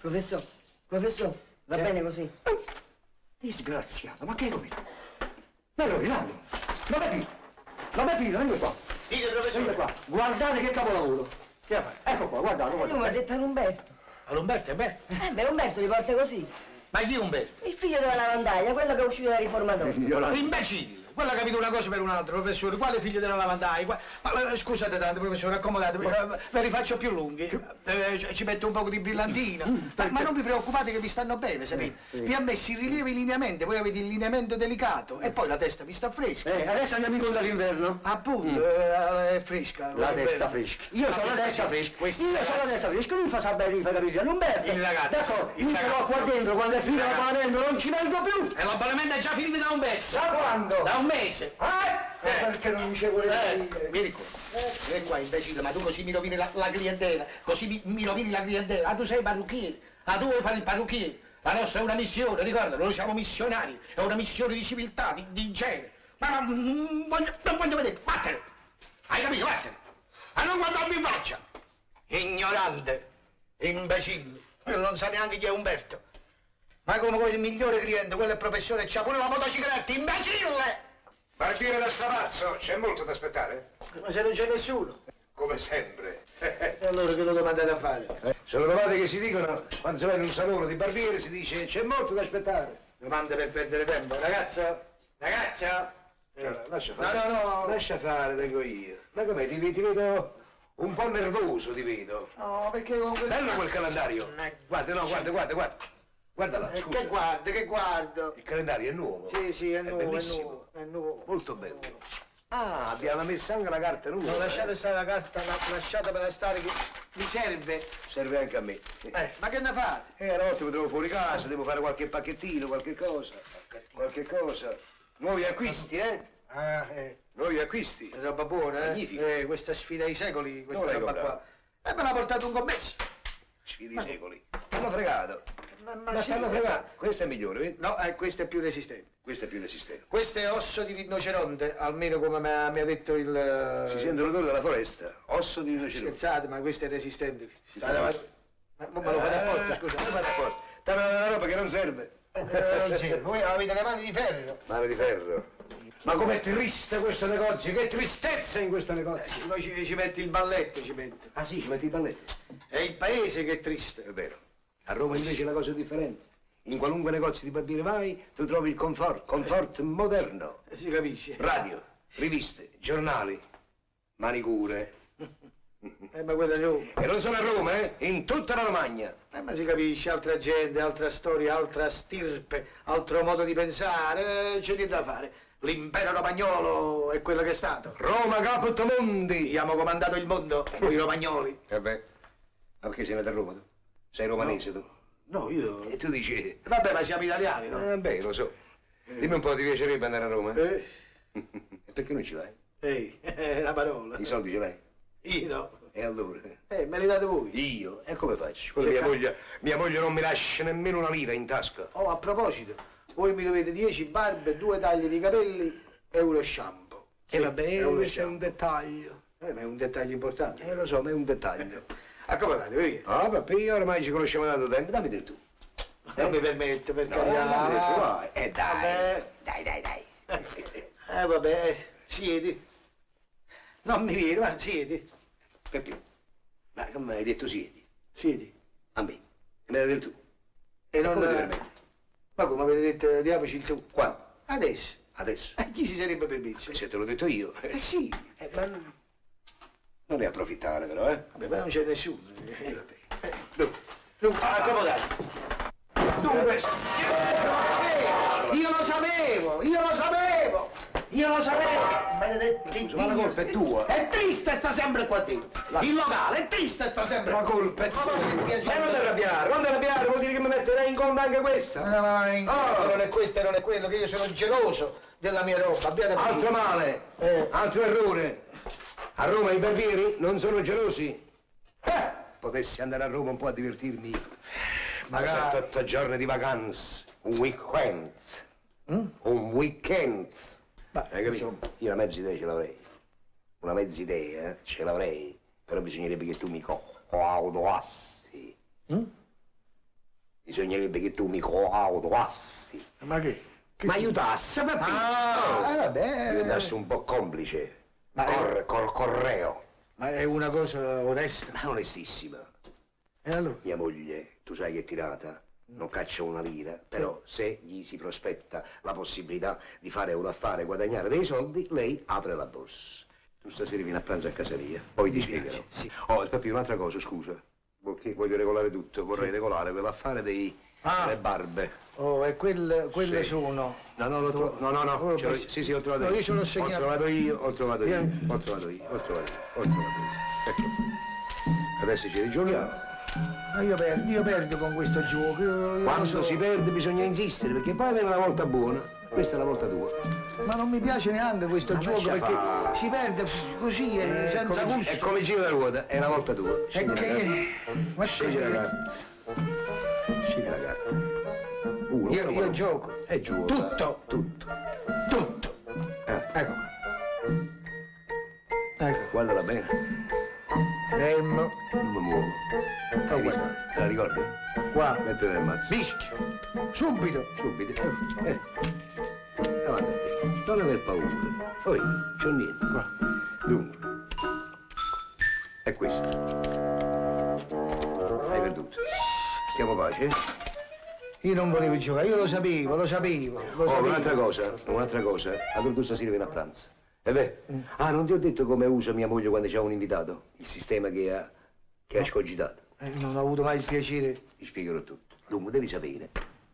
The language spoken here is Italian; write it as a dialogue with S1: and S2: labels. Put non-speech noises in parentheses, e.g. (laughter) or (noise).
S1: Professor, professor, va
S2: Sì.
S1: bene così?
S2: Disgraziato, ma che rovina? Ma lo rovinato! Lo matino! Lo matino, venite qua!
S3: Dite,
S2: Venite
S3: professore.
S2: qua! Guardate che capolavoro!
S3: Che ha fatto?
S2: Ecco qua, guardate,
S1: Eh, lui mi ha
S2: guardate!
S1: detto era Umberto.
S3: All'Umberto è bello.
S1: Eh beh, Umberto li porta così.
S3: Ma chi è Umberto?
S1: Il figlio della lavandaia, quello che è uscito dal
S2: Eh,
S1: riformatorio.
S3: Un
S2: Ignorante!
S3: imbecille. Quello ha capito una cosa per un'altra, professore. Quale figlio della lavandaia? Qua- Ma, eh, scusate tanto, professore, accomodatevi. eh, Ve li faccio più lunghi. Eh, ci- ci metto un poco di
S2: Mm,
S3: brillantina. Ma, ma non vi preoccupate che vi stanno bene, sapete?
S2: Eh, sì.
S3: Vi ha messo in rilievo i lineamenti, voi avete il lineamento delicato. E poi la testa vi sta fresca.
S2: Eh, adesso andiamo incontro all'inverno?
S3: Ah, Appunto,
S2: Mm.
S3: eh, è fresca.
S2: La
S3: è
S2: testa
S3: bella.
S2: fresca. Io sono la testa fresca.
S3: Questi
S2: Io
S3: ragazzi-
S2: sono la testa fresca, lui fa sapere di far capire a Umberto.
S3: Il ragazzo,
S2: D'accordo,
S3: il
S2: io però
S3: ragazzo.
S2: qua dentro, quando è finito
S3: Il
S2: la
S3: ragazzo.
S2: panello, non ci vengo più.
S3: E l'abbonamento è già finito da un pezzo.
S2: Da quando?
S3: Da un mese.
S2: Eh?
S3: Eh.
S2: Perché non dicevo le
S3: Eh,
S2: parole?
S3: vieni qua, vieni qua imbecille, ma tu così mi rovini la, la clientela, così mi, mi rovini la clientela, ah tu sei parrucchiere, ah tu vuoi fare il parrucchiere, la nostra è una missione, ricorda, noi siamo missionari, è una missione di civiltà, di, di genere, ma non voglio, non voglio vedere, vattene, hai capito, vattene, ma non guardarmi in faccia, ignorante, imbecille, quello non sa neanche chi è Umberto, ma come vuoi il migliore cliente, quello è il professore, c'ha pure la motocicletta, imbecille!
S4: Partire da Stavazzo, c'è molto da aspettare?
S3: Ma se non c'è nessuno,
S4: Come sempre. (laughs)
S3: e allora che lo domandate a fare?
S4: Sono cose che si dicono quando si va in un salone di barbiere, si dice c'è molto da aspettare.
S3: Domande per perdere tempo, ragazza? Ragazza?
S4: Allora, Cioè, lascia
S3: Eh. No,
S4: fare.
S3: no, no.
S4: Lascia fare, vengo io. Ma com'è, ti, ti vedo un po' nervoso, ti vedo.
S3: No, perché con quel...
S4: Bello quel calendario. Guarda, no, guarda, guarda, guarda. Guarda là,
S3: Eh,
S4: scusa.
S3: che guardo, che guardo?
S4: Il calendario è nuovo.
S3: Sì, sì, è nuovo, è
S4: bellissimo.
S3: nuovo, è nuovo.
S4: Molto bello. Ah, abbiamo messo anche la carta nuova.
S3: No,
S4: eh.
S3: lasciate stare la carta, la- lasciatemela stare che mi serve.
S4: Serve anche a me.
S3: Eh, ma che ne fate?
S4: Eh, la notte mi trovo fuori casa, devo fare qualche pacchettino, qualche cosa. Qualche cosa. Nuovi acquisti, eh?
S3: Ah, eh,
S4: Nuovi acquisti.
S3: è roba buona,
S4: Magnifico.
S3: eh? eh? Questa sfida ai secoli, questa
S4: Dove l'hai
S3: roba qua.
S4: comprata?
S3: E me l'ha portato un commesso.
S4: Sfidi secoli. Hanno fregato.
S3: Ma,
S4: Ma stanno fregando. Questo è migliore, vedi?
S3: No, eh, questa è più resistente.
S4: Questo è più resistente.
S3: Questo è osso di rinoceronte, almeno come mi ha, mi ha detto il... eh,
S4: Si sente l'odore della foresta. Osso di rinoceronte.
S3: Scherzate, ma questo è resistente.
S4: Si
S3: Sta
S4: sente-
S3: davanti- Ma ma me lo fate apposta, scusa.
S4: Eh, lo fate apposta. Stanno una roba che non serve.
S3: Eh, non c'è. Voi avete le mani di ferro.
S4: Mano di ferro.
S2: Ma com'è triste questo negozio, che tristezza in questo negozio.
S4: Eh,
S3: Noi ci, ci metti il balletto, ci metto.
S2: Ah sì, ci metti il balletto.
S3: È il paese che è triste.
S4: È vero. A Roma invece la cosa è differente. In qualunque negozio di barbiere vai, tu trovi il comfort, comfort moderno.
S3: Eh, Si capisce.
S4: Radio, riviste, giornali, manicure.
S3: (laughs) Eh, ma quella è Roma.
S4: E non solo a Roma, eh? In tutta la Romagna.
S3: Eh, ma si capisce, altra gente, altra storia, altra stirpe, altro modo di pensare. eh, c'è niente da fare. L'impero romagnolo è quello che è stato.
S4: Roma caput mondi.
S3: Abbiamo comandato il mondo, noi romagnoli.
S4: E beh, ma perché sei nato a Roma tu? Sei romanese
S3: No, io...
S4: tu? E tu dici...
S3: Vabbè, ma siamo italiani, no?
S4: Eh beh, lo so. Dimmi un po', ti piacerebbe andare a Roma?
S3: Eh,
S4: E perché non ci vai?
S3: Ehi, (laughs) la parola.
S4: I soldi ce l'hai?
S3: Io no.
S4: E allora?
S3: Eh, me li date voi.
S4: Io? E come faccio? Quando mia
S3: Cerca-
S4: moglie, mia moglie non mi lascia nemmeno una lira in tasca.
S3: Oh, a proposito, voi mi dovete 10 barbe, due tagli di capelli e uno shampoo.
S4: E va bene,
S3: uno
S4: Eh, questo è un
S3: shampoo.
S4: dettaglio.
S3: Eh, ma è un dettaglio importante. Eh,
S4: Eh, lo so, ma è un dettaglio.
S3: Accomodatevi, via.
S4: Ah, papà, io ormai ci conosciamo da tanto tempo, dammi del tu.
S3: Non mi permetto, per
S4: No,
S3: carità.
S4: non mi detto, vai. Eh, dai.
S3: Vabbè.
S4: Dai, dai, (laughs) dai.
S3: Eh, vabbè, siedi. Non mi viene,
S4: eh,
S3: ma siedi.
S4: Peppe, ma come hai detto siedi?
S3: Siedi.
S4: A me. eh, E me l'hai detto tu.
S3: E non...
S4: Come ti permetti?
S3: Ma come avete detto,
S4: eh,
S3: diamoci il tu.
S4: Quando?
S3: Adesso.
S4: Adesso.
S3: Eh, chi si sarebbe permesso?
S4: Se te l'ho detto io.
S3: Eh,
S4: eh,
S3: sì, eh, ma... non-
S4: Non ne approfittare però, eh.
S3: Vabbè, ma non c'è nessuno. Eh, vabbè. Ah,
S4: Dunque,
S3: Dunque,
S4: accomodati.
S3: Dunque, io lo sapevo, io lo sapevo, io lo sapevo. Benedetti
S4: ma la
S3: Dio.
S4: colpa è tua.
S3: È triste sta sempre qua dentro. Il locale è triste sta sempre.
S4: La colpa è
S3: Ma
S4: tua.
S3: non ti
S4: Eh,
S3: piace-
S4: non ti arrabbiare, non ti arrabbiare, vuol dire che mi metterai in conto anche
S3: No,
S4: questa.
S3: no, ma in-
S4: Oh.
S3: non è questo e non è quello, che io sono geloso della mia roba. Abbiate
S4: Altro
S3: pazienza.
S4: male,
S3: Eh.
S4: altro errore. A Roma i barbieri non sono gelosi. Eh, potessi andare a Roma un po' a divertirmi. Magari
S3: Magari.
S4: 8 giorni di vacanze, un weekend.
S3: Mm?
S4: Un weekend.
S3: Ma,
S4: Hai capito? Io una mezza idea ce l'avrei. Una mezza idea eh, ce l'avrei. Però bisognerebbe che tu mi co- coadiuvassi.
S3: Mm?
S4: Bisognerebbe che tu mi coadiuvassi.
S2: Ma che? che
S4: Mi
S2: si-
S4: aiutassi, papà.
S2: Ah,
S3: eh.
S2: vabbè.
S4: Diventassi un po' complice.
S2: Ma-
S4: Cor, cor- correo.
S2: Ma è una cosa onesta.
S4: Ma onestissima.
S2: E allora?
S4: Mia moglie, tu sai che è tirata, non caccia una lira, però se gli si prospetta la possibilità di fare un affare e guadagnare dei soldi, lei apre la borsa. Tu stasera vieni a pranzo a casa mia, poi ti spiegherò. Oh, e poi un'altra cosa, scusa. Perché voglio regolare tutto, vorrei regolare quell'affare dei...
S2: Ah.
S4: delle barbe.
S2: Oh, e quel- quelle
S4: Sì.
S2: sono.
S4: No, no, l'ho tro- no, no, no,
S2: Oh,
S4: ce l'ho-
S2: basta.
S4: sì, sì, ho trovato
S2: No,
S4: io.
S2: io ce l'ho segnato.
S4: Ho trovato io, ho trovato io,
S2: Vieni.
S4: ho trovato io, ho trovato io, ho trovato io. Ecco. Adesso ci rigiorniamo.
S2: Ma io perdo, io perdo con questo gioco. Io, io lo
S4: Quando
S2: so.
S4: si perde bisogna insistere, perché poi viene la volta buona, questa è la volta tua.
S2: Ma non mi piace neanche questo
S4: Ma
S2: gioco
S4: lascia
S2: perché
S4: fare.
S2: si perde pff, così, eh,
S4: È
S2: senza
S4: come-
S2: gusto.
S4: È come gira la ruota, è la volta tua.
S2: E
S4: Scegli la
S2: che...
S4: carta.
S2: Ma
S4: Scegli la carta. Scegli la carta. Uno,
S2: Io-
S4: uno,
S2: io
S4: uno.
S2: gioco.
S4: E gioco.
S2: Tutto.
S4: Tutto.
S2: Tutto.
S4: Eh,
S2: Ecco. Ecco.
S4: guardala bene,
S2: Fermo.
S4: non mi muovo.
S2: Ecco
S4: Hai visto?
S2: guarda.
S4: Te la ricordi? ecco.
S2: Qua.
S4: Mettete nel mazzo.
S2: Rischio. Subito.
S4: Subito. Eh. Davanti a te. Non aver paura. Poi, c'ho niente.
S2: Qua.
S4: Dunque, è questo. Hai perduto. Stiamo pace?
S2: Io non volevo giocare, io lo sapevo, lo sapevo. Lo
S4: Oh,
S2: sapevo.
S4: un'altra cosa, un'altra cosa. La tu stasera viene a pranzo. E beh, ah, non ti ho detto come usa mia moglie quando c'è un invitato? Il sistema che ha, che ha scogitato.
S2: Eh, non ho avuto mai il piacere.
S4: Ti spiegherò tutto. Dunque, devi sapere